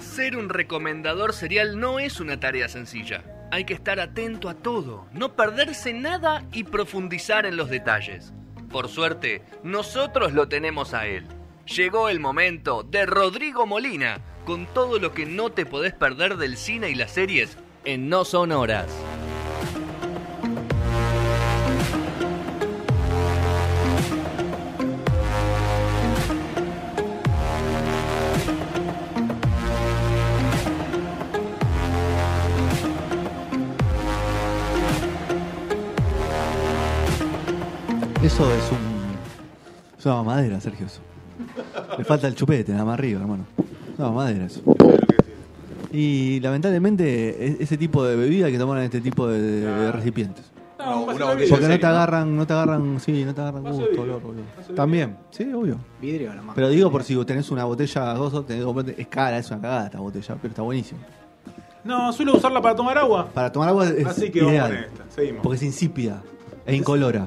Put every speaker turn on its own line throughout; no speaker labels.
Ser un recomendador serial no es una tarea sencilla. Hay que estar atento a todo, no perderse nada y profundizar en los detalles. Por suerte, nosotros lo tenemos a él. Llegó el momento de Rodrigo Molina, con todo lo que no te podés perder del cine y las series en No Son Horas.
Eso es un. Es una mamadera, Sergio. eso. Le falta el chupete, nada más arriba, hermano. Es una mamadera eso. Y lamentablemente, e- ese tipo de bebida que toman en este tipo de, de- de recipientes.
No,
una
una
botella
Porque
botella.
no te agarran, no te agarran, sí, no te agarran
Vaso de
gusto,
vidrio,
olor, boludo.
vaso de
También, sí, obvio.
Vidrio nomás.
Pero digo por si vos tenés una botella, dos, o tenés que comprarte- es cara, es una cagada esta botella, pero está buenísimo.
No, suelo usarla para tomar agua.
Para tomar agua es
Así que vamos
ideal,
con esta. Seguimos.
porque es insípida e incolora.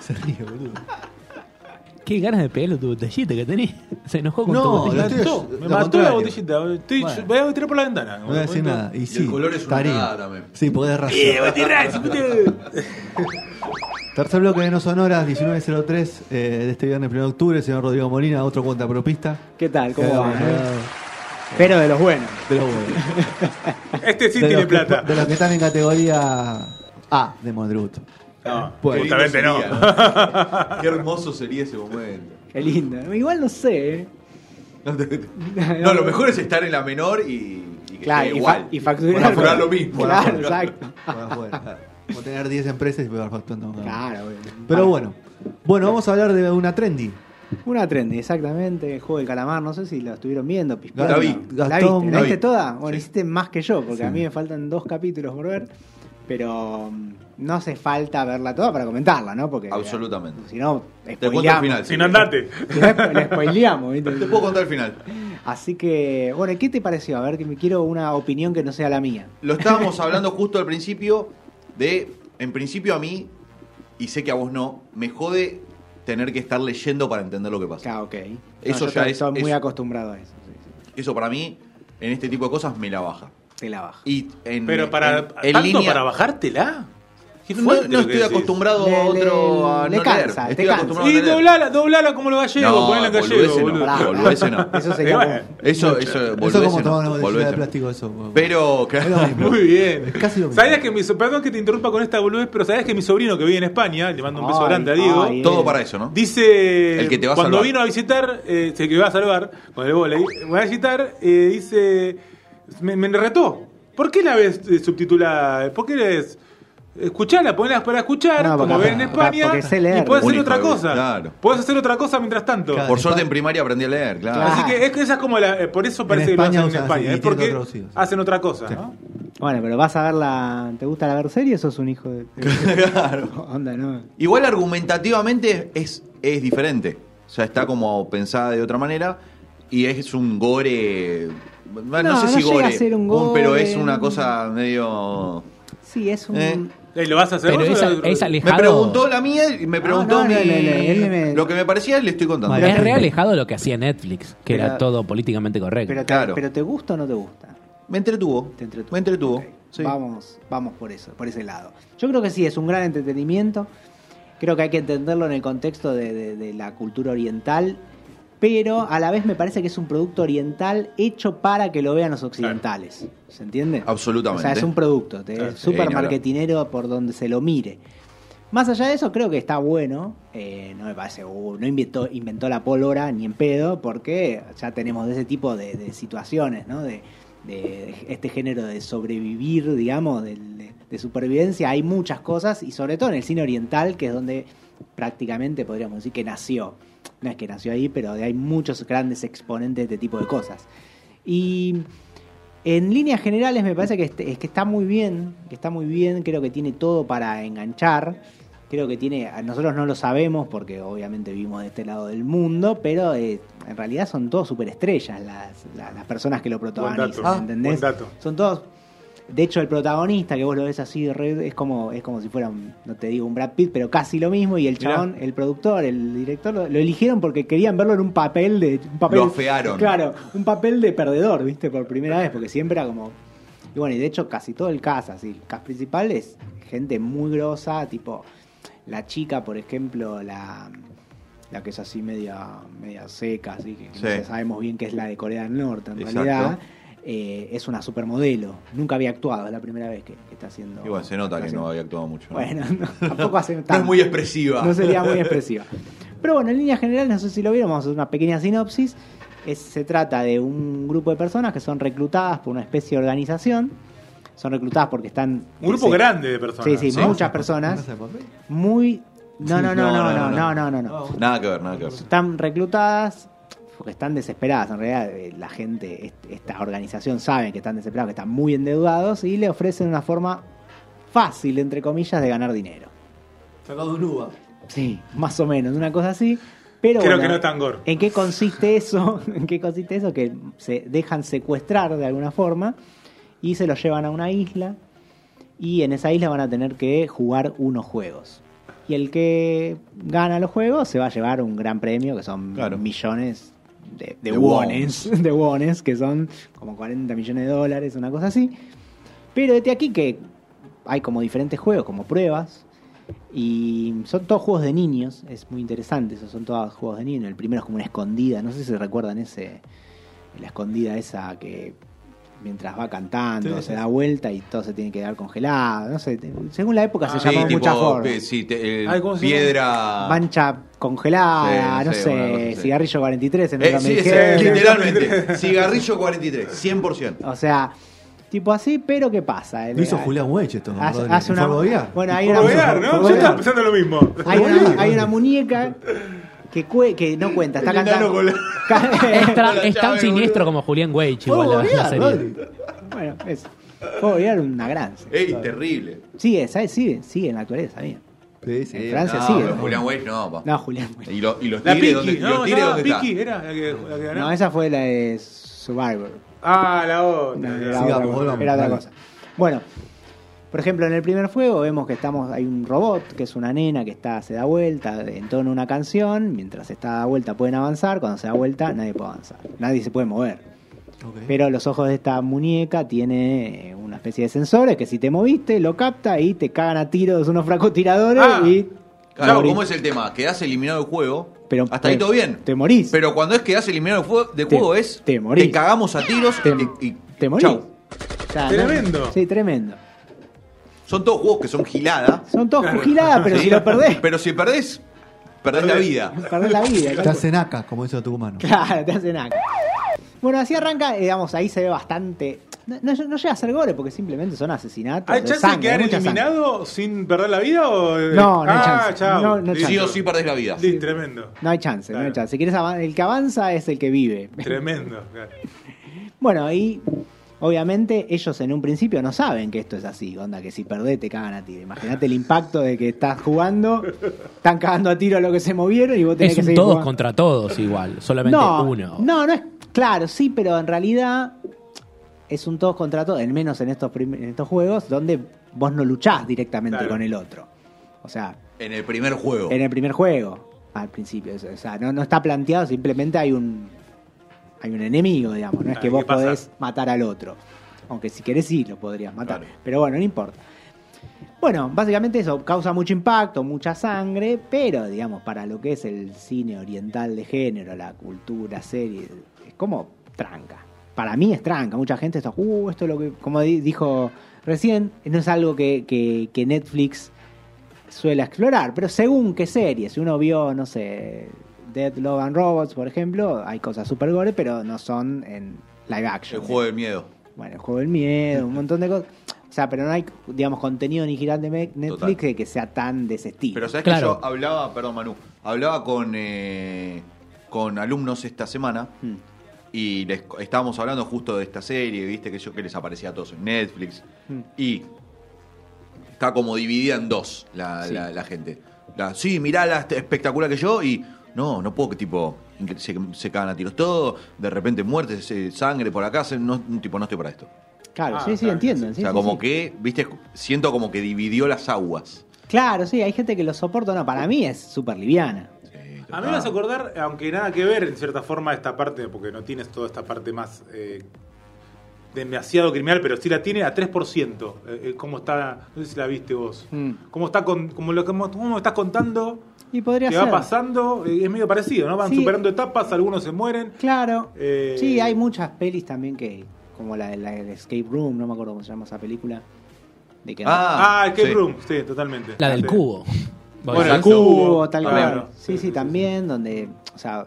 Se ríe, boludo.
Qué ganas de pegarle tu botellita que tenés. Se enojó con tu
No,
me
botellita.
la-
mató,
lo
me mató la
contrario.
botellita. Estoy,
Bueno.
Voy a tirar por la ventana.
No voy a decir nada. Y,
el
sí,
color es una
estaría.
cagada también.
Sí, porque es raza.
Eh, voy a tirar, si puto.
Tercer bloque de No Sonoras, 1903, eh, de este viernes 1 de octubre, señor Rodrigo Molina, otro cuenta propista.
¿Qué tal? ¿Cómo
Eh,
va?
eh,
Pero de los buenos.
de los buenos.
Este sí
De
tiene
los que-
plata.
de los que están en categoría A de Mondruto.
No,
Bueno.
Pues,
justamente no.
Qué hermoso sería ese momento.
Qué lindo. Igual no sé. ¿eh?
No, te- no, lo mejor es estar en la menor y, y que
Claro,
esté
Eh, y,
igual.
fa- y facturar.
Por lo mismo.
Claro, exacto.
Ah.
Bueno, bueno. O tener 10 empresas y pegar facturando.
Claro, güey.
Pero bueno. Bueno, vamos a hablar de una trendy.
Una trendy, exactamente. El juego del calamar, no sé si lo estuvieron viendo. Pispeando.
La vi,
¿La
Gastón,
viste?
la
¿La viste
vi.
toda? Bueno,
Sí.
hiciste más que yo, porque a mí me faltan dos capítulos por ver. Pero mm, no hace falta verla toda para comentarla, ¿no? Porque
Absolutamente.
Si no,
Te cuento el
spoileamos.
final.
Si no andate.
Si no, spo- la spoileamos, ¿viste?
Te puedo contar el final.
Así que, bueno, ¿qué te pareció? A ver, que me quiero una opinión que no sea la mía.
Lo estábamos hablando justo al principio de, en principio a mí, y sé que a vos no, me jode tener que estar leyendo para entender lo que pasa.
Ah, ok. No,
Eso
yo
ya
estoy-
es-
Estoy muy
es-
acostumbrado a eso. sí, sí.
Eso para mí, en este tipo de cosas, me la baja.
Te la baja.
Y en,
Pero para.
en- en
¿Tanto
línea-
para bajártela? Qué
No,
fuerte
no
lo que
estoy
decís.
acostumbrado
Le-
a otro.
le-
a
le
no
cansa,
leer.
te
Estoy
cansa.
acostumbrado
Y
a no leer.
doblala, doblala como los gallegos,
No,
ponela en gallego,
boludeces
boludo.
no, boludeces no.
Eso
Eh,
sería
bueno.
como-
Eso, eso,
Eso es como
boludeces no,
tomar una botella
boludeces
de
no.
plástico, eso.
Pero,
Es lo
claro.
mismo.
Muy bien.
Es casi lo mismo.
¿Sabías que mi so- Perdón que te interrumpa con esta boludez, pero ¿sabías que mi sobrino que vive en España, le mando un beso
Ay,
grande a Diego,
ay,
Todo para eso, ¿no?
dice.
El que te va a
cuando
salvar.
vino a visitar, eh, se que me va a salvar con el volei, me va a visitar, eh, dice. Me, me retó. ¿Por qué la ves eh, subtitulada? ¿Por qué la ves? Escuchala, ponela para escuchar,
No,
como
porque-
ven en
porque-
España,
porque sé leer.
y puedes
Un
hacer
hijo
otra
de-
cosa.
claro.
Puedes hacer otra cosa mientras tanto.
Claro.
Por suerte en primaria aprendí a leer, claro.
Claro.
Así que es, esa es como la. eh, por eso parece que
España
lo hacen
usan
en
así,
España.
y tiene
es
todo
porque
traducido, sí.
hacen otra cosa, ¿no?
Bueno, pero vas a verla. ¿Te gusta la ver serie o sos un hijo de.?
Claro.
Onda, ¿no?
Igual argumentativamente es, es diferente. O sea, está como pensada de otra manera. Y es un gore. No,
No,
sé
no
si
llega
gore.
a ser un
Pero
gore.
es una cosa medio.
Sí, es un.
Eh.
Eh, ¿Lo vas a hacer vos
Pero
o
esa-
lo-
es
Me
alejado.
preguntó la mía y me preguntó
Ah, no,
mi-
no, no, no, él me-
lo que me parecía, le estoy contando.
Vale.
Es re alejado de lo que hacía Netflix, que
Pero-
era todo políticamente correcto.
Pero, te,
Claro.
pero ¿te gusta o no te gusta?
Me entretuvo.
Te entretuvo.
Me entretuvo.
Ok,
sí.
Vamos, vamos por eso, por ese lado. Yo creo que sí, es un gran entretenimiento. Creo que hay que entenderlo en el contexto de, de- de la cultura oriental, pero a la vez me parece que es un producto oriental hecho para que lo vean los occidentales. ¿Se entiende?
Absolutamente.
O sea, es un producto, te-
Claro.
es
Sí,
súper
ni hablar.
marketinero por donde se lo mire. Más allá de eso, creo que está bueno. eh, no me parece, uh, no inventó, inventó la pólvora ni en pedo, porque ya tenemos de ese tipo de, de situaciones, ¿no? De, de este género de sobrevivir, digamos, del- de, de supervivencia. Hay muchas cosas, y sobre todo en el cine oriental, que es donde prácticamente podríamos decir que nació. No es que nació ahí, pero hay muchos grandes exponentes de este tipo de cosas. Y en líneas generales me parece que, este- es que está muy bien, que está muy bien, creo que tiene todo para enganchar, creo que tiene, a nosotros no lo sabemos porque obviamente vivimos de este lado del mundo, pero eh, en realidad son todos superestrellas las, las, las personas que lo
Buen dato.
protagonizan, ¿entendés?
Buen dato.
Son todos De hecho, el protagonista, que vos lo ves así, re- es como, es como si fuera, un- no te digo un Brad Pitt, pero casi lo mismo. Y el
Mirá.
chabón, el productor, el director, lo, lo eligieron porque querían verlo en un papel de. Un papel,
Lo afearon.
Claro, un papel de perdedor, ¿viste? Por primera vez, porque siempre era como. Y bueno, y de hecho, casi todo el cast, así. El cast principal es gente muy grosa, tipo. La chica, por ejemplo, la. La que es así media, media seca, así que no
Sí.
sé, sabemos bien que es la de Corea del Norte, en
Exacto.
realidad. Eh, es una supermodelo. Nunca había actuado, es la primera vez que, que está haciendo.
Igual se nota que
haciendo-
no había actuado mucho. ¿no?
Bueno, no, tampoco hace
No
tanto.
es muy expresiva.
No sería muy expresiva. Pero bueno, en líneas generales, no sé si lo vieron, vamos a hacer una pequeña sinopsis. Es- se trata de un grupo de personas que son reclutadas por una especie de organización. Son reclutadas porque están.
Un grupo
se-
grande de personas.
Sí, sí,
Sí.
muchas personas. Muy. No, no, no, no, no, no, no, no. no.
Nada que ver, nada que ver.
Están reclutadas porque están desesperadas. En realidad, eh, la gente, est- esta organización, saben que están desesperados, que están muy endeudados y le ofrecen una forma fácil, entre comillas, de ganar dinero.
Sacado un uva.
Sí, más o menos, una cosa así. Pero
Creo
bueno,
que no tan gore.
¿En qué consiste eso? ¿En qué consiste eso? Que se dejan secuestrar de alguna forma y se los llevan a una isla y en esa isla van a tener que jugar unos juegos. Y el que gana los juegos se va a llevar un gran premio que son
Claro.
millones de, de
De
wones, de wones, que son como 40 millones de dólares, una cosa así. Pero desde aquí que hay como diferentes juegos, como pruebas, y son todos juegos de niños, es muy interesante, esos son todos juegos de niños. El primero es como una escondida, no sé si recuerdan ese, la escondida esa que mientras va cantando
Sí,
se
sí.
da vuelta y todo se tiene que quedar congelado, no sé, te- según la época
Ah,
se llamó
sí,
de
tipo,
muchas formas.
pe- sí, te- el
Ay, ¿cómo se
piedra.
Mancha congelada,
Sí,
no
sí, una cosa
sé,
así.
cigarrillo 43 en
Eh,
otra
sí,
me
es-
dijeron.
literalmente. Cigarrillo 43, 100%.
O sea, tipo así, pero ¿qué pasa?
Lo hizo
Eh,
Julián Weich esto. ¿no?
Hace,
Rodri.
hace una.
¿Fue a bodear?
Bueno, hay una.
Por gobear, ¿no? Yo
Por
estaba
gobear.
pensando lo mismo.
Hay una, hay una muñeca que, cue- que no cuenta, está
El enano
cantando.
con la-
Es, tra-
Hola,
es tan
Chávez,
siniestro
boludo.
como Julián Weich,
Fue a
igual la, la
bodear,
serie.
Rodri.
bueno, eso. Puedo olvidar una gran.
Ey, terrible. Eh,
Sigue, ¿sabes? Sigue, sigue en la actualidad, sabía.
Sí, sí.
En Francia
no,
sigue.
pero Julián Weiss no, pa.
No, Julián. pues. bueno.
Y, lo- y los
La Piki.
tigres, ¿dónde, y los
no,
tigres
no,
dónde
Piki
está?
era la que, la que ganó.
No, esa fue la de Survivor.
Ah, la
No,
otra.
era,
Sigamos,
otra, cosa,
volvamos,
era otra
dale.
cosa. Bueno, por ejemplo, en el primer fuego vemos que estamos hay un robot que es una nena que está se da vuelta, entona una canción, mientras está da vuelta pueden avanzar, cuando se da vuelta nadie puede avanzar, nadie se puede mover.
Ok.
Pero los ojos de esta muñeca tiene eh, una especie de sensores que si te moviste lo capta y te cagan a tiros unos francotiradores
Ah,
y
Claro,
morís.
¿cómo es el tema? Quedás eliminado del juego.
Pero
hasta ahí
te-
todo bien.
te morís.
Pero cuando es quedás eliminado del juego, de
Te-
juego es.
te morís.
cagamos a tiros
Te-
y, y-
te morís.
chau.
O sea, no-
Tremendo.
sí, tremendo.
Son todos juegos que son gilada.
Son todos fugiladas, Ah, pero
¿sí?
si lo perdés,
Pero si perdés, perdés la vida.
perdés la vida.
Te hacen acas, como dice Tucumano.
Claro, te hacen acá. Bueno, así arranca, eh, digamos, ahí se ve bastante. No, no- no llega a ser gore porque simplemente son asesinatos.
¿Hay
de
chance
sangre,
de quedar
mucha sangre.
eliminado sin perder la vida? O...
No, no hay
ah,
chance.
chao.
No, no hay
Sí
Listo.
o sí perdés la vida.
Sí, tremendo.
No hay chance, no hay
Claro.
chance. Si quieres avan- el que avanza es el que vive.
Tremendo. claro.
Bueno, ahí obviamente ellos en un principio no saben que esto es así, onda, que si perdés te cagan a tiro. Imagínate el impacto de que estás jugando, están cagando a tiro a lo que se movieron y vos tenés
Es
que
un
seguir
todos
jugando.
contra todos igual, solamente
no,
uno.
No, no es. Claro, sí, pero en realidad es un todos contra todos, al menos en estos, prim- en estos juegos, donde vos no luchás directamente
Claro.
con el otro. O sea,
En el primer juego.
en el primer juego, al principio. O sea, no, no está planteado, simplemente hay un. Hay un enemigo, digamos, no es
Ah,
que
¿qué
vos
pasa?
podés matar al otro. Aunque si querés sí lo podrías matar.
Claro.
Pero bueno, no importa. Bueno, básicamente eso causa mucho impacto, mucha sangre, pero digamos, para lo que es el cine oriental de género, la cultura, serie, es como tranca. Para mí es tranca, mucha gente está, uh, esto es lo que, como di- dijo recién, no es algo que, que- que Netflix suele explorar, pero según qué serie, si uno vio, no sé, Dead Love and Robots, por ejemplo, hay cosas super gore, pero no son en live
El
action.
juego del miedo.
Bueno, el juego del miedo, un montón de cosas. O sea, pero no hay, digamos, contenido ni girante de me-
Total.
Netflix que- que sea tan de ese estilo.
Pero sabes
Claro.
que yo hablaba, perdón Manu, hablaba con, eh, con alumnos esta semana
Mm.
y les, estábamos hablando justo de esta serie, viste que yo que les aparecía a todos en Netflix
Mm.
y está como dividida en dos la,
Sí.
la- la gente. La, sí, mirá la est- espectacular que yo y no, no puedo que tipo incre- se, se cagan a tiros todo, de repente muertes, eh, sangre por acá, se- no, tipo no estoy para esto.
Claro,
Ah,
sí, sí,
claro,
entiendo. sí,
o sea,
sí,
como
sí.
que, viste, siento como que dividió las aguas.
Claro, sí, hay gente que lo soporta. No, para mí es súper liviana.
A mí me
Ah.
vas a acordar, aunque nada que ver en cierta forma esta parte, porque no tienes toda esta parte más eh, demasiado criminal, pero sí la tiene a 3%. Eh, eh, ¿Cómo está? No sé si la viste vos.
Mm.
¿Cómo está con, como lo que mo- cómo me estás contando?
Y podría
Que
ser.
va pasando, eh, es medio parecido, ¿no? Van
Sí.
superando etapas, algunos se mueren.
Claro.
Eh,
Sí, hay muchas pelis también que. Como la, la del Escape Room, no me acuerdo cómo se llama esa película. De que
Ah, Escape
sí.
Room, sí, totalmente.
La del
Sí.
cubo.
Bueno,
¿Vos
la
El
decís?
cu-
cubo, tal
También.
cual. Sí, sí, también, donde. O sea.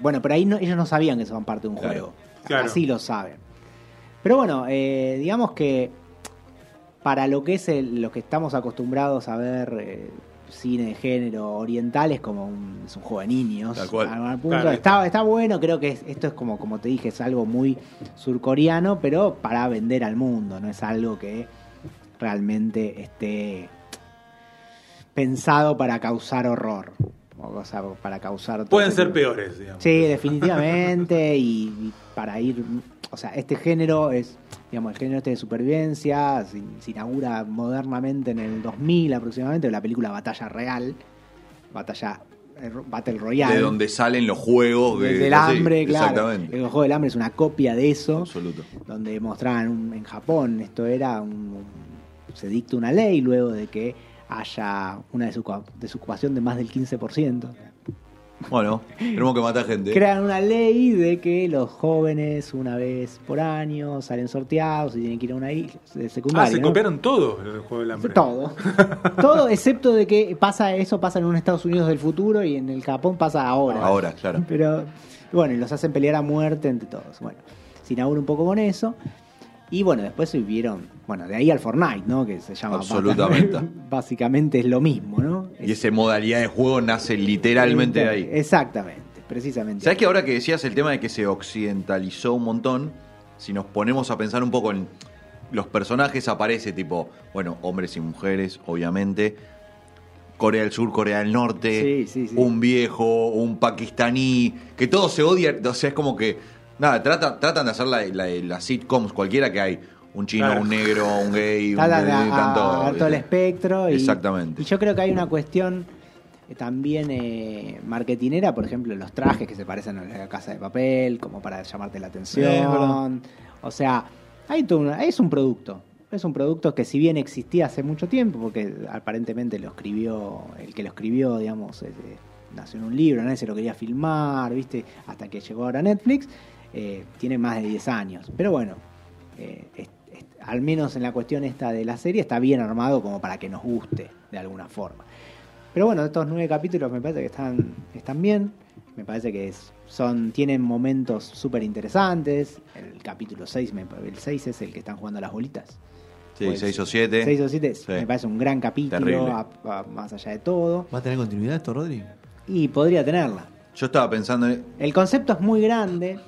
Bueno, pero ahí no- ellos no sabían que son parte de un
Claro.
juego.
Claro.
Así lo saben. Pero bueno, eh, digamos que. Para lo que es el- lo que estamos acostumbrados a ver. eh, cine de género oriental es como un, es un juego de niños.
Tal cual.
A algún punto.
Claro.
Está, está bueno, creo que es- esto es como, como te dije, es algo muy surcoreano, pero para vender al mundo, no es algo que realmente esté pensado para causar horror. O sea, para causar... todo
Pueden
ese
ser
tipo-
peores, digamos.
Sí, definitivamente. y, y para ir. O sea, este género es. Digamos, el género este de supervivencia se, se inaugura modernamente en el 2000 aproximadamente, la película Batalla Real. Batalla. eh, ro- Battle Royale.
De donde salen los juegos. de-
Del
sí,
hambre, claro.
Exactamente.
El juego del hambre es una copia de eso
Absoluto.
donde mostraban un- en Japón, esto era un- se dicta una ley luego de que haya una desocu- desocupación de más del 15%.
Bueno, tenemos que matar gente.
Crean una ley de que los jóvenes una vez por año salen sorteados y tienen que ir a una isla de
Ah,
secundaria.
se
¿no?
copiaron todo el juego del hambre.
Todo. Todo excepto de que pasa eso pasa en un Estados Unidos del futuro y en el Japón pasa ahora.
Ahora, claro.
Pero bueno, y los hacen pelear a muerte entre todos. Bueno, se inaugura un poco con eso. Y bueno, después se vivieron, bueno, de ahí al Fortnite, ¿no? Que se llama
Absolutamente.
Básicamente es lo mismo, ¿no?
Y esa modalidad de juego nace literalmente de ahí.
Exactamente, precisamente.
¿Sabes que ahora que decías el tema de que se occidentalizó un montón? Si nos ponemos a pensar un poco en los personajes, aparece tipo, bueno, hombres y mujeres, obviamente. Corea del Sur, Corea del Norte,
Sí, sí, sí.
un viejo, un pakistaní, que todos se odian. O sea, es como que, nada, tratan, tratan de hacer la- la- las sitcoms, cualquiera que hay. Un chino,
Claro.
un negro, un gay, un
Trata de a-
tanto,
a- a- todo el
¿viste?
espectro. Y,
Exactamente.
Y yo creo que hay una cuestión eh, también eh, marketinera, por ejemplo, los trajes que se parecen a la casa de papel, como para llamarte la
Sí, es
atención.
verdad.
o sea, hay todo una- es un producto. Es un producto que si bien existía hace mucho tiempo, porque aparentemente lo escribió, el que lo escribió, digamos, es, eh, nació en un libro, nadie se lo quería filmar, ¿viste? Hasta que llegó ahora Netflix, eh, tiene más de 10 años. Pero bueno, eh, es- es- al menos en la cuestión esta de la serie, está bien armado como para que nos guste de alguna forma. Pero bueno, estos nueve capítulos me parece que están, están bien. Me parece que es- son, tienen momentos súper interesantes. El capítulo 6, el 6 es el que están jugando a las bolitas.
Sí,
Pues,
seis o siete.
6 o 7
Sí.
me parece un gran capítulo,
Terrible.
a- a- más allá de todo.
¿Va a tener continuidad esto, Rodri?
Y podría tenerla.
Yo estaba pensando en...
El concepto es muy grande.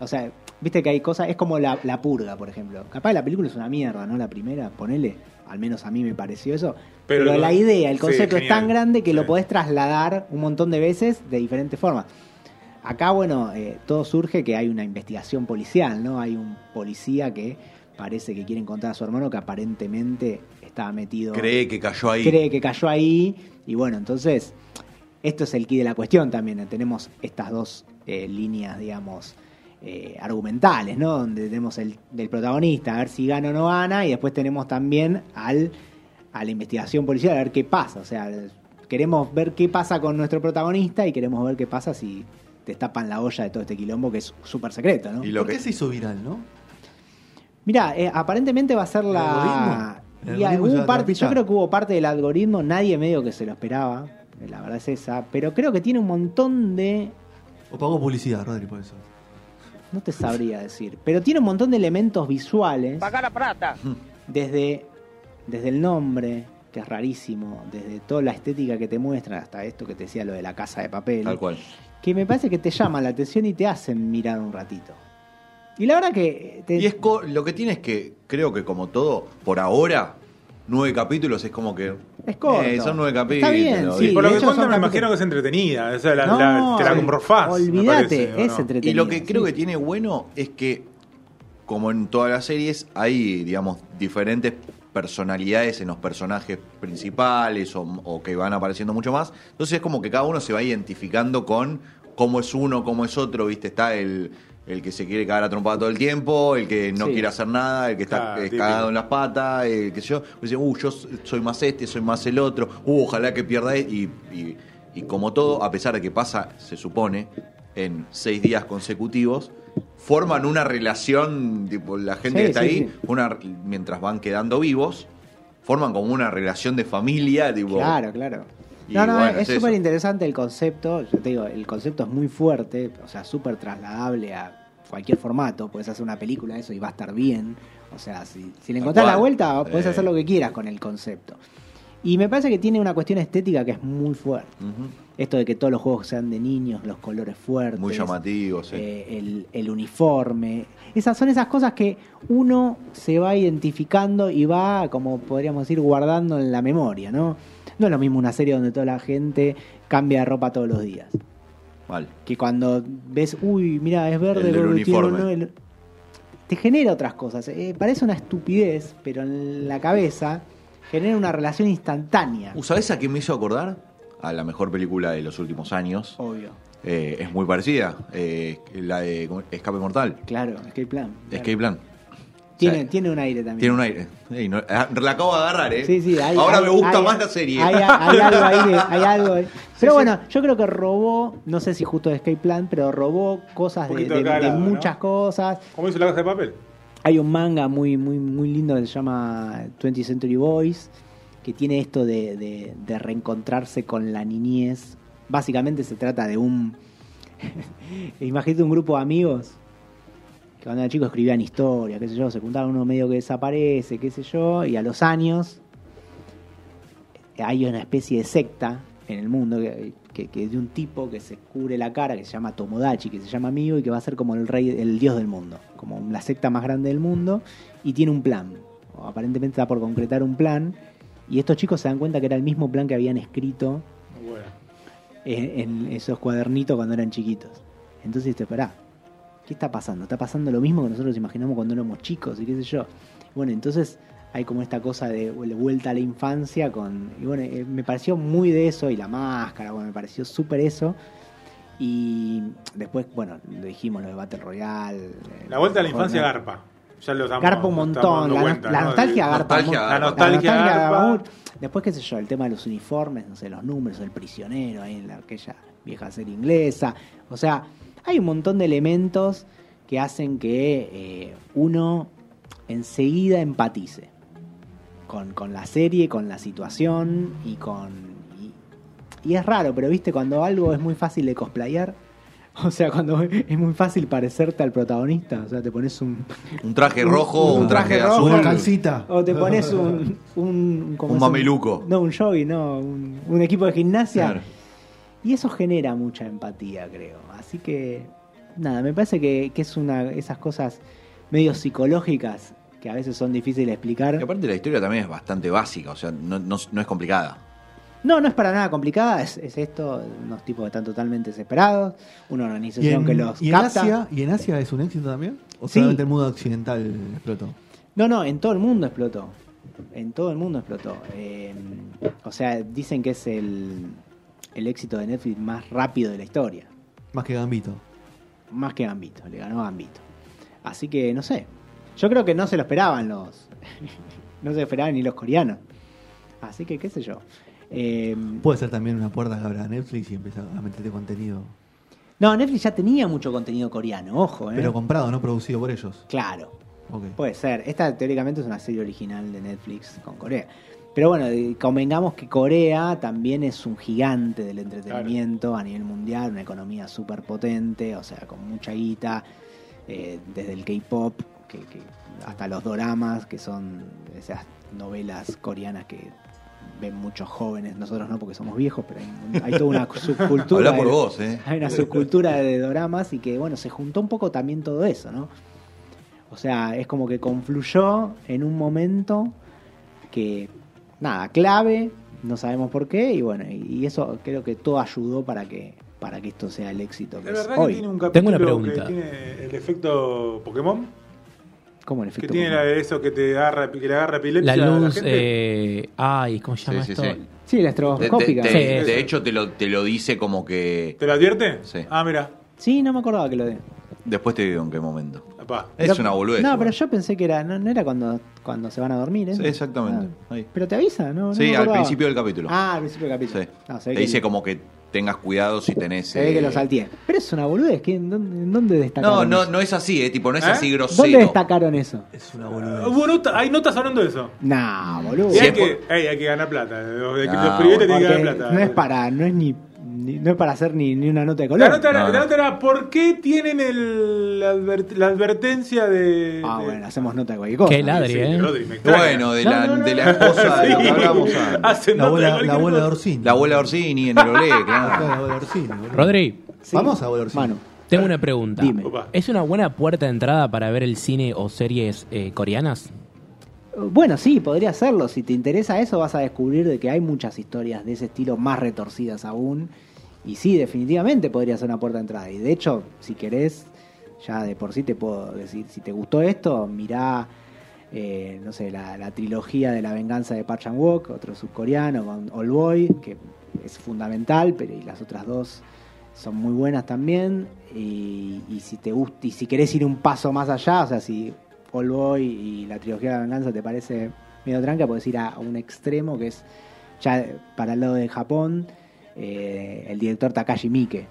O sea, viste que hay cosas. Es como la, la purga, por ejemplo. Capaz la película es una mierda, ¿no? La primera, ponele. Al menos a mí me pareció eso.
Pero
Pero,
lo-
la idea, el
sí,
concepto es
genial.
tan grande que
Sí.
lo podés trasladar un montón de veces de diferentes formas. Acá, bueno, eh, todo surge que hay una investigación policial, ¿no? Hay un policía que parece que quiere encontrar a su hermano que aparentemente estaba metido
Cree que cayó ahí.
cree que cayó ahí. Y bueno, entonces, esto es el quid de la cuestión también. Tenemos estas dos eh, líneas, digamos, eh, argumentales, ¿no? Donde tenemos el del protagonista, a ver si gana o no gana, y después tenemos también al, a la investigación policial, a ver qué pasa. O sea, queremos ver qué pasa con nuestro protagonista y queremos ver qué pasa si te tapan la olla de todo este quilombo que es súper secreto, ¿no?
Y lo
¿Por
que-
qué se hizo viral, no?
Mira, eh, aparentemente va a ser la.
¿El algoritmo?
y
¿El algoritmo
hubo
ya te
parte, yo
pilla?
creo que hubo parte del algoritmo, nadie medio que se lo esperaba, eh, la verdad es esa, pero creo que tiene un montón de.
¿O pagó publicidad, Rodri, por eso?
No te sabría decir, pero tiene un montón de elementos visuales.
Pagar a prata.
desde, desde el nombre, que es rarísimo, desde toda la estética que te muestran, hasta esto que te decía lo de la casa de papel,
Tal cual.
que me parece que te llama la atención y te hacen mirar un ratito. Y la verdad que. eh, Te,
Y es co- lo que tiene es que, creo que como todo, por ahora, nueve capítulos es como que.
Es corto.
Eh, son nueve
Está
capítulos.
bien,
¿no?
sí.
Por lo
de
que
hecho
cuenta,
son
me
capítulos-
imagino que es entretenida. O sea, la,
No,
la- te la
ol-
comprofás. me
Olvídate,
parece, ¿o
es
no?
entretenido.
Y lo que creo
sí.
que tiene bueno es que como en todas las series, hay, digamos, diferentes personalidades en los personajes principales o, o que van apareciendo mucho más. Entonces es como que cada uno se va identificando con cómo es uno, cómo es otro, ¿viste? Está el, el que se quiere cagar a trompada todo el tiempo, el que no
Sí.
quiere hacer nada, el que está
Claro,
eh,
típico.
cagado en las patas, el que yo, dice, uh, yo soy más este, soy más el otro, uh, ojalá que pierda este", y, y, y como todo, a pesar de que pasa, se supone, en seis días consecutivos, forman una relación, tipo, la gente
Sí,
que está
sí,
ahí,
sí.
una mientras van quedando vivos, forman como una relación de familia, tipo,
Claro, claro.
Y
No, no,
bueno,
es
es eso.
súper interesante el concepto. Yo te digo, el concepto es muy fuerte, o sea, súper trasladable a cualquier formato. Puedes hacer una película de eso y va a estar bien. O sea, si, si le
Tal
encontrás la
cual.
vuelta, puedes
Eh.
hacer lo que quieras con el concepto. Y me parece que tiene una cuestión estética que es muy fuerte.
Ujú.
Esto de que todos los juegos sean de niños, los colores fuertes.
muy llamativos. sí.
eh, el, el uniforme. Esas son esas cosas que uno se va identificando y va, como podríamos decir, guardando en la memoria, ¿no? No es lo mismo una serie donde toda la gente cambia de ropa todos los días.
Mal.
Que cuando ves, uy, mira, es verde,
El del
porque tiene
uniforme.
uno del- te genera otras cosas. Eh, parece una estupidez, pero en la cabeza genera una relación instantánea.
Uh, ¿Sabés a qué me hizo acordar? A la mejor película de los últimos años.
Obvio.
Eh, es muy parecida. eh, la de ¿cómo? Escape Mortal.
Claro, es que hay plan.
Escape Plan.
tiene,
sí.
tiene un aire también.
Tiene un aire. Ey, no- ah, la acabo de agarrar, ¿eh?
Sí, sí, hay-
Ahora
hay-
me gusta
hay-
más la serie.
Hay, hay algo ahí, de- hay algo ahí. Pero bueno, yo creo que robó, no sé si justo de Escape Plan, pero robó cosas
Un
de,
poquito
de-
de cada
de
lado, ¿no?
muchas cosas.
¿Cómo hizo la casa de papel?
Hay un manga muy, muy, muy lindo que se llama 20th Century Boys, que tiene esto de, de- de reencontrarse con la niñez. Básicamente se trata de un... Imagínate un grupo de amigos que cuando eran chicos escribían historias, qué sé yo, se juntaban uno medio que desaparece, qué sé yo, y a los años hay una especie de secta en el mundo que, que- que es de un tipo que se cubre la cara, que se llama Tomodachi, que se llama amigo y que va a ser como el rey, el dios del mundo, como la secta más grande del mundo, y tiene un plan. O aparentemente está por concretar un plan, y estos chicos se dan cuenta que era el mismo plan que habían escrito
Bueno.
en, en esos cuadernitos cuando eran chiquitos. Entonces te pará, ¿qué está pasando? Está pasando lo mismo que nosotros imaginamos cuando éramos chicos y qué sé yo. Bueno, entonces hay como esta cosa de vuel- vuelta a la infancia con... Y bueno, eh, me pareció muy de eso y la máscara, bueno, me pareció súper eso. Y después, bueno, lo dijimos, lo de Battle Royale.
La vuelta a la infancia
garpa
garpa. Ya lo estamos-
Garpa un
nos estamos
montón,
dando
la,
cuenta,
la
¿no?
nostalgia
De-
garpa.
nostalgia
mu-
garpa.
la
Nostalgia garpa.
mucho. Después, qué sé yo, el tema de los uniformes, no sé, los números, el prisionero, ahí en la, aquella vieja serie inglesa. O sea, hay un montón de elementos que hacen que eh, uno enseguida empatice con, con la serie, con la situación y con... y- y es raro, pero viste, cuando algo es muy fácil de cosplayar, o sea, cuando es muy fácil parecerte al protagonista, o sea, te pones un,
Un traje rojo, Oh, un,
Un
traje,
traje
azul.
rojo,
Una calcita.
O te pones un. Un, ¿cómo
Un
es?
mameluco.
No, un jogging, no. Un, un equipo de gimnasia.
Claro.
Y eso genera mucha empatía, creo. Así que. Nada, me parece que, que es una. Esas cosas medio psicológicas que a veces son difíciles de
Y
explicar.
aparte la historia también es bastante básica, o sea, no, no- no es complicada.
No, no es para nada complicada. Es, es esto. Unos tipos que están totalmente desesperados. Una
¿Y
organización
en,
que los
y en
capta.
Asia, ¿Y en Asia es un éxito también? ¿O
Sí.
solamente el mundo occidental explotó?
No, no, en todo el mundo explotó. En todo el mundo explotó. Eh, o sea, dicen que es el, el éxito de Netflix más rápido de la historia.
Más que Gambito.
Más que Gambito, le ganó Gambito. Así que, no sé. Yo creo que no se lo esperaban los... no se lo esperaban ni los coreanos. Así que, qué sé yo. Eh,
Puede ser también una puerta que abra Netflix y empieza a meterte contenido.
no, Netflix ya tenía mucho contenido coreano, ojo, ¿eh?
Pero comprado, no producido por ellos.
Claro.
Ok.
Puede ser. Esta teóricamente es una serie original de Netflix con Corea. Pero bueno, eh, convengamos que Corea también es un gigante del entretenimiento a nivel mundial, una economía súper potente, o sea, con mucha guita, eh, desde el K-pop que- que hasta los doramas, que son esas novelas coreanas que ven muchos jóvenes, nosotros no porque somos viejos, pero hay, hay toda una subcultura.
Habla por
de- Ah,
vos, ¿eh?
hay una subcultura de doramas y que, bueno, se juntó un poco también todo eso, ¿no? O sea, es como que confluyó en un momento que, nada, clave, no sabemos por qué, y bueno, y, y eso creo que todo ayudó para que, para que esto sea el éxito
La
que es
verdad que
hoy.
tiene un capítulo
Tengo una
que
pregunta.
tiene el efecto Pokémon.
¿Cómo el
Que
efecto?
tiene la
Mandela?
de eso que te agarra, que le agarra
La
epilepsia a
luz,
gente.
eh, ay, ¿cómo se llama
Sí, sí,
esto?
sí.
Sí, la
De, de-
estroboscópica.
de-
Sí.
Sí,
de
eso.
hecho, te lo, te lo dice como que.
¿Te lo advierte?
Sí.
Ah, mira.
Sí, no me acordaba que lo de.
Después te digo en qué momento.
Apá.
Es
Pero-
una boludez.
No,
igual.
pero yo pensé que era, no, no era cuando, cuando se van a dormir, ¿eh?
Sí, exactamente.
Ah.
Ahí.
Pero te avisa, ¿no? No
Sí,
me
al
acordaba.
principio del capítulo.
Ah, al principio del capítulo.
Sí.
Ah, se
te
ve que-
dice como que tengas cuidado si tenés.
Se ve
eh,
que lo salteé. Pero es una boludez. ¿qué? ¿En dónde, en dónde
No,
destacaron
no,
eso?
no es así, eh, tipo, no es
¿Eh?
así grosero.
¿Dónde destacaron eso?
Es una
Ah,
boludez.
hubo nota- hay notas hablando de eso.
No, boludo.
Y hay,
Siempre.
que, ey, hay que ganar plata. Los, los
Ah,
periodistas tienen que
Porque
ganar plata. eh.
no es para, no es ni, ni- no es para hacer ni, ni una nota de
La
color.
nota, era,
No, no.
la nota era, ¿por qué tienen el, la, adver- la advertencia de.
Ah,
de-
bueno, hacemos nota de cualquier cosa.
Qué ladri,
Sí,
eh.
Rodri, me extraña.
Bueno, de
No,
la,
no, no,
de la
no. Ah,
esposa de lo
Sí.
que hablamos antes.
La
Hacen nota de
abuela,
cualquier
la abuela de
cosa.
Orsini.
La abuela de Orsini en el Olé,
Claro,
claro.
la abuela de Orsini, boludo.
Rodri,
Sí.
Vamos a abuela Orsini.
Manu,
tengo una pregunta.
Dime.
Opa.
¿Es una buena puerta de entrada para ver el cine o series eh, coreanas?
Bueno, sí, podría hacerlo. Si te interesa eso, vas a descubrir de que hay muchas historias de ese estilo más retorcidas aún. Y sí, definitivamente podría ser una puerta de entrada. Y de hecho, si querés, ya de por sí te puedo decir, si te gustó esto, mirá, eh, no sé, la, la trilogía de la venganza de Park Chan-wook, otro subcoreano, con All Boy, que es fundamental, pero y las otras dos son muy buenas también. Y, y si te gusta, y si querés ir un paso más allá, o sea, si All Boy y la trilogía de la venganza te parece medio tranca, puedes ir a, a un extremo que es ya para el lado de Japón, eh, el director Takashi Miike.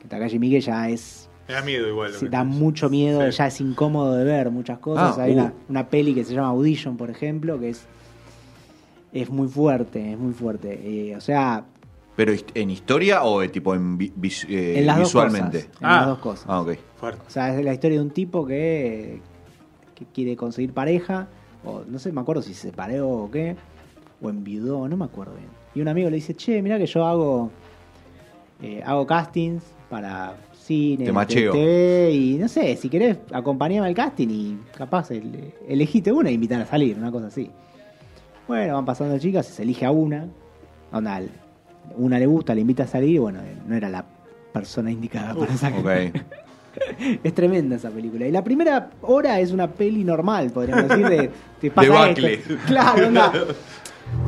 Que Takashi Miike ya es.
Me da miedo igual. lo
sí,
que
da
te-
mucho miedo,
Sí.
ya es incómodo de ver muchas cosas.
Ah,
Hay
uh.
una, una peli que se llama Audition, por ejemplo, que es. Es muy fuerte, es muy fuerte. Eh, o sea,
Pero hist- en historia o eh, tipo en vi- vis- eh,
en las dos cosas.
visualmente.
En las
Ah.
dos cosas.
Ah, ok.
Fuerte.
O sea, es la historia de un tipo que, que quiere conseguir pareja, o no sé, me acuerdo si se separó o qué, o enviudó, no me acuerdo bien. Y un amigo le dice, che, mira que yo hago, eh, hago castings para cine,
Te macheo.
TV, y no sé, si querés, acompañame al casting y capaz el- elegiste una e invitar a salir, una cosa así. Bueno, van pasando chicas, se elige a una, onda, una le gusta, le invita a salir, y bueno, no era la persona indicada para sacar.
Ok.
Es tremenda esa película. Y la primera hora es una peli normal, podríamos decir, de te pasa
Debacle.
esto. Claro, onda.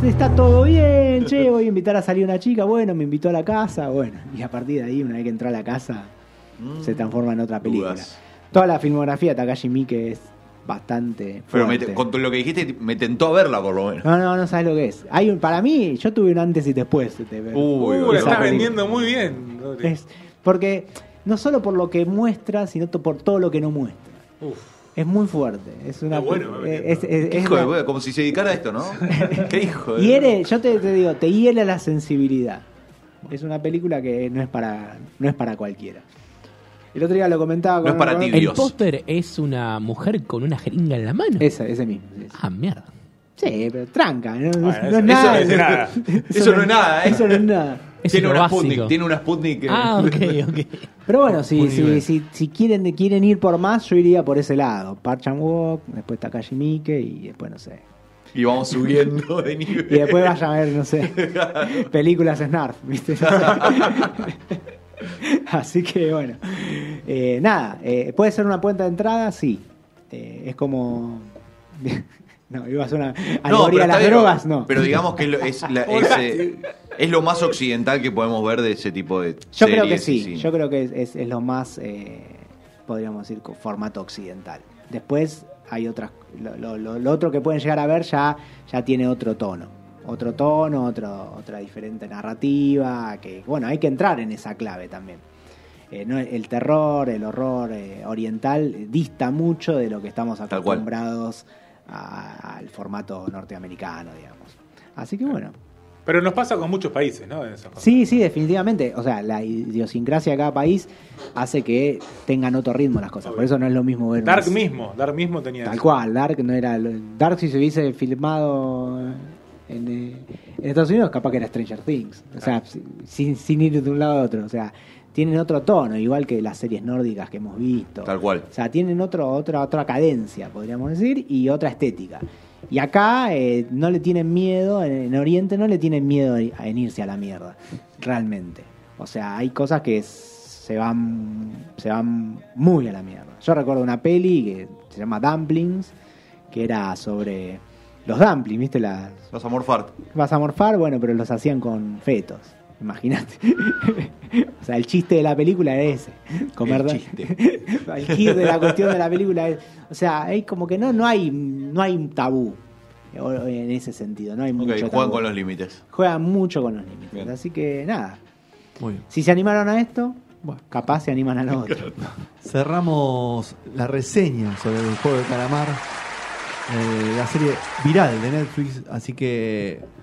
Está todo bien, che, voy a invitar a salir una chica, bueno, me invitó a la casa, bueno. Y a partir de ahí, una vez que entró a la casa,
Mm,
se transforma en otra película.
dudas.
Toda la filmografía de Takashi Miike es bastante
Mm. Pero me
fuerte.
te- con lo que dijiste, me tentó a verla por lo menos.
No, no, no sabes lo que es. Hay un, para mí, yo tuve un antes y después de ver.
Uy,
Uh,
boludo.
la estás
Esa película.
vendiendo muy bien. Rodri.
Es- porque no solo por lo que muestra, sino to- por todo lo que no muestra.
Uf.
Es muy fuerte. Es una.
Ah, bueno,
eh,
eh,
es- es-
Qué
es
hijo de
una-
huevo, eh. como si se dedicara a esto, ¿no? Qué hijo de
hiere, yo te, te digo, te hiela la sensibilidad. Es una película que no es para, no es para cualquiera. El otro día lo comentaba
No
con
es para
con-
ti.
El
Dios.
póster es una mujer con una jeringa en la mano.
Ese, ese mismo. sí, sí.
Ah, mierda.
Sí, pero tranca. No, no es
eso-
nada.
eso no es nada.
Eso no es nada, ¿eh?
Eso no es nada.
Es
tiene
lo
una
básico.
Sputnik, tiene una Sputnik. eh.
Ah, ok, ok.
Pero bueno, si,
Muy
si,
bien.
si, si quieren, quieren ir por más, yo iría por ese lado. Parchan Walk, después Takashi Miike y después no sé.
Y vamos subiendo de nivel.
Y después vaya a ver, no sé, películas Snarf, ¿viste? Así que bueno. Eh, nada, eh, puede ser una puerta de entrada, sí. Eh, es como. no, iba a ser una alegoría a
está
las
bien,
drogas, no.
Pero digamos que es lo, es, la- es, eh, es lo más occidental que podemos ver de ese tipo de
yo creo que
series y
sí,
cine.
yo creo que es, es- es lo más, eh, podríamos decir, con formato occidental. Después hay otras. Lo, lo- lo- lo otro que pueden llegar a ver ya, ya tiene otro tono. Otro tono, otro, otra diferente narrativa. Que bueno, hay que entrar en esa clave también. Eh, no, el terror, el horror eh, oriental eh, dista mucho de lo que estamos
Tal cual.
acostumbrados a- al formato norteamericano, digamos. Así que bueno,
Pero nos pasa con muchos países, ¿no? En esas cosas.
Sí, sí, definitivamente. O sea, la idiosincrasia de cada país hace que tengan otro ritmo las cosas. Por eso no es lo mismo ver.
Dark
un-
mismo, Dark mismo tenía.
Tal
eso.
cual, Dark no era. lo- Dark, si se hubiese filmado en, eh, en Estados Unidos, capaz que era Stranger Things. O sea, si- sin, sin ir de un lado a otro. O sea, tienen otro tono, igual que las series nórdicas que hemos visto.
Tal cual.
O sea, tienen otro, otra, otra cadencia, podríamos decir, y otra estética. Y acá eh, no le tienen miedo, en, en Oriente no le tienen miedo a en irse a la mierda, realmente. O sea, hay cosas que s- se van, se van muy a la mierda. Yo recuerdo una peli que se llama Dumplings, que era sobre los dumplings, ¿viste? Las,
Vas a morfar.
vas a morfar, bueno, pero los hacían con fetos. Imagínate. o sea, el chiste de la película es ese. Comer
El
da-
chiste.
el chiste de la cuestión de la película es. O sea, hay como que no, no hay, no hay un tabú eh, o- en ese sentido. No hay
Ok,
mucho
juegan
tabú.
con los límites.
Juegan mucho con los límites.
Bien.
Así que nada.
Muy bien.
Si se animaron a esto, bueno, capaz se animan a lo otro.
Cerramos la reseña sobre el juego de calamar, eh, la serie viral de Netflix, así que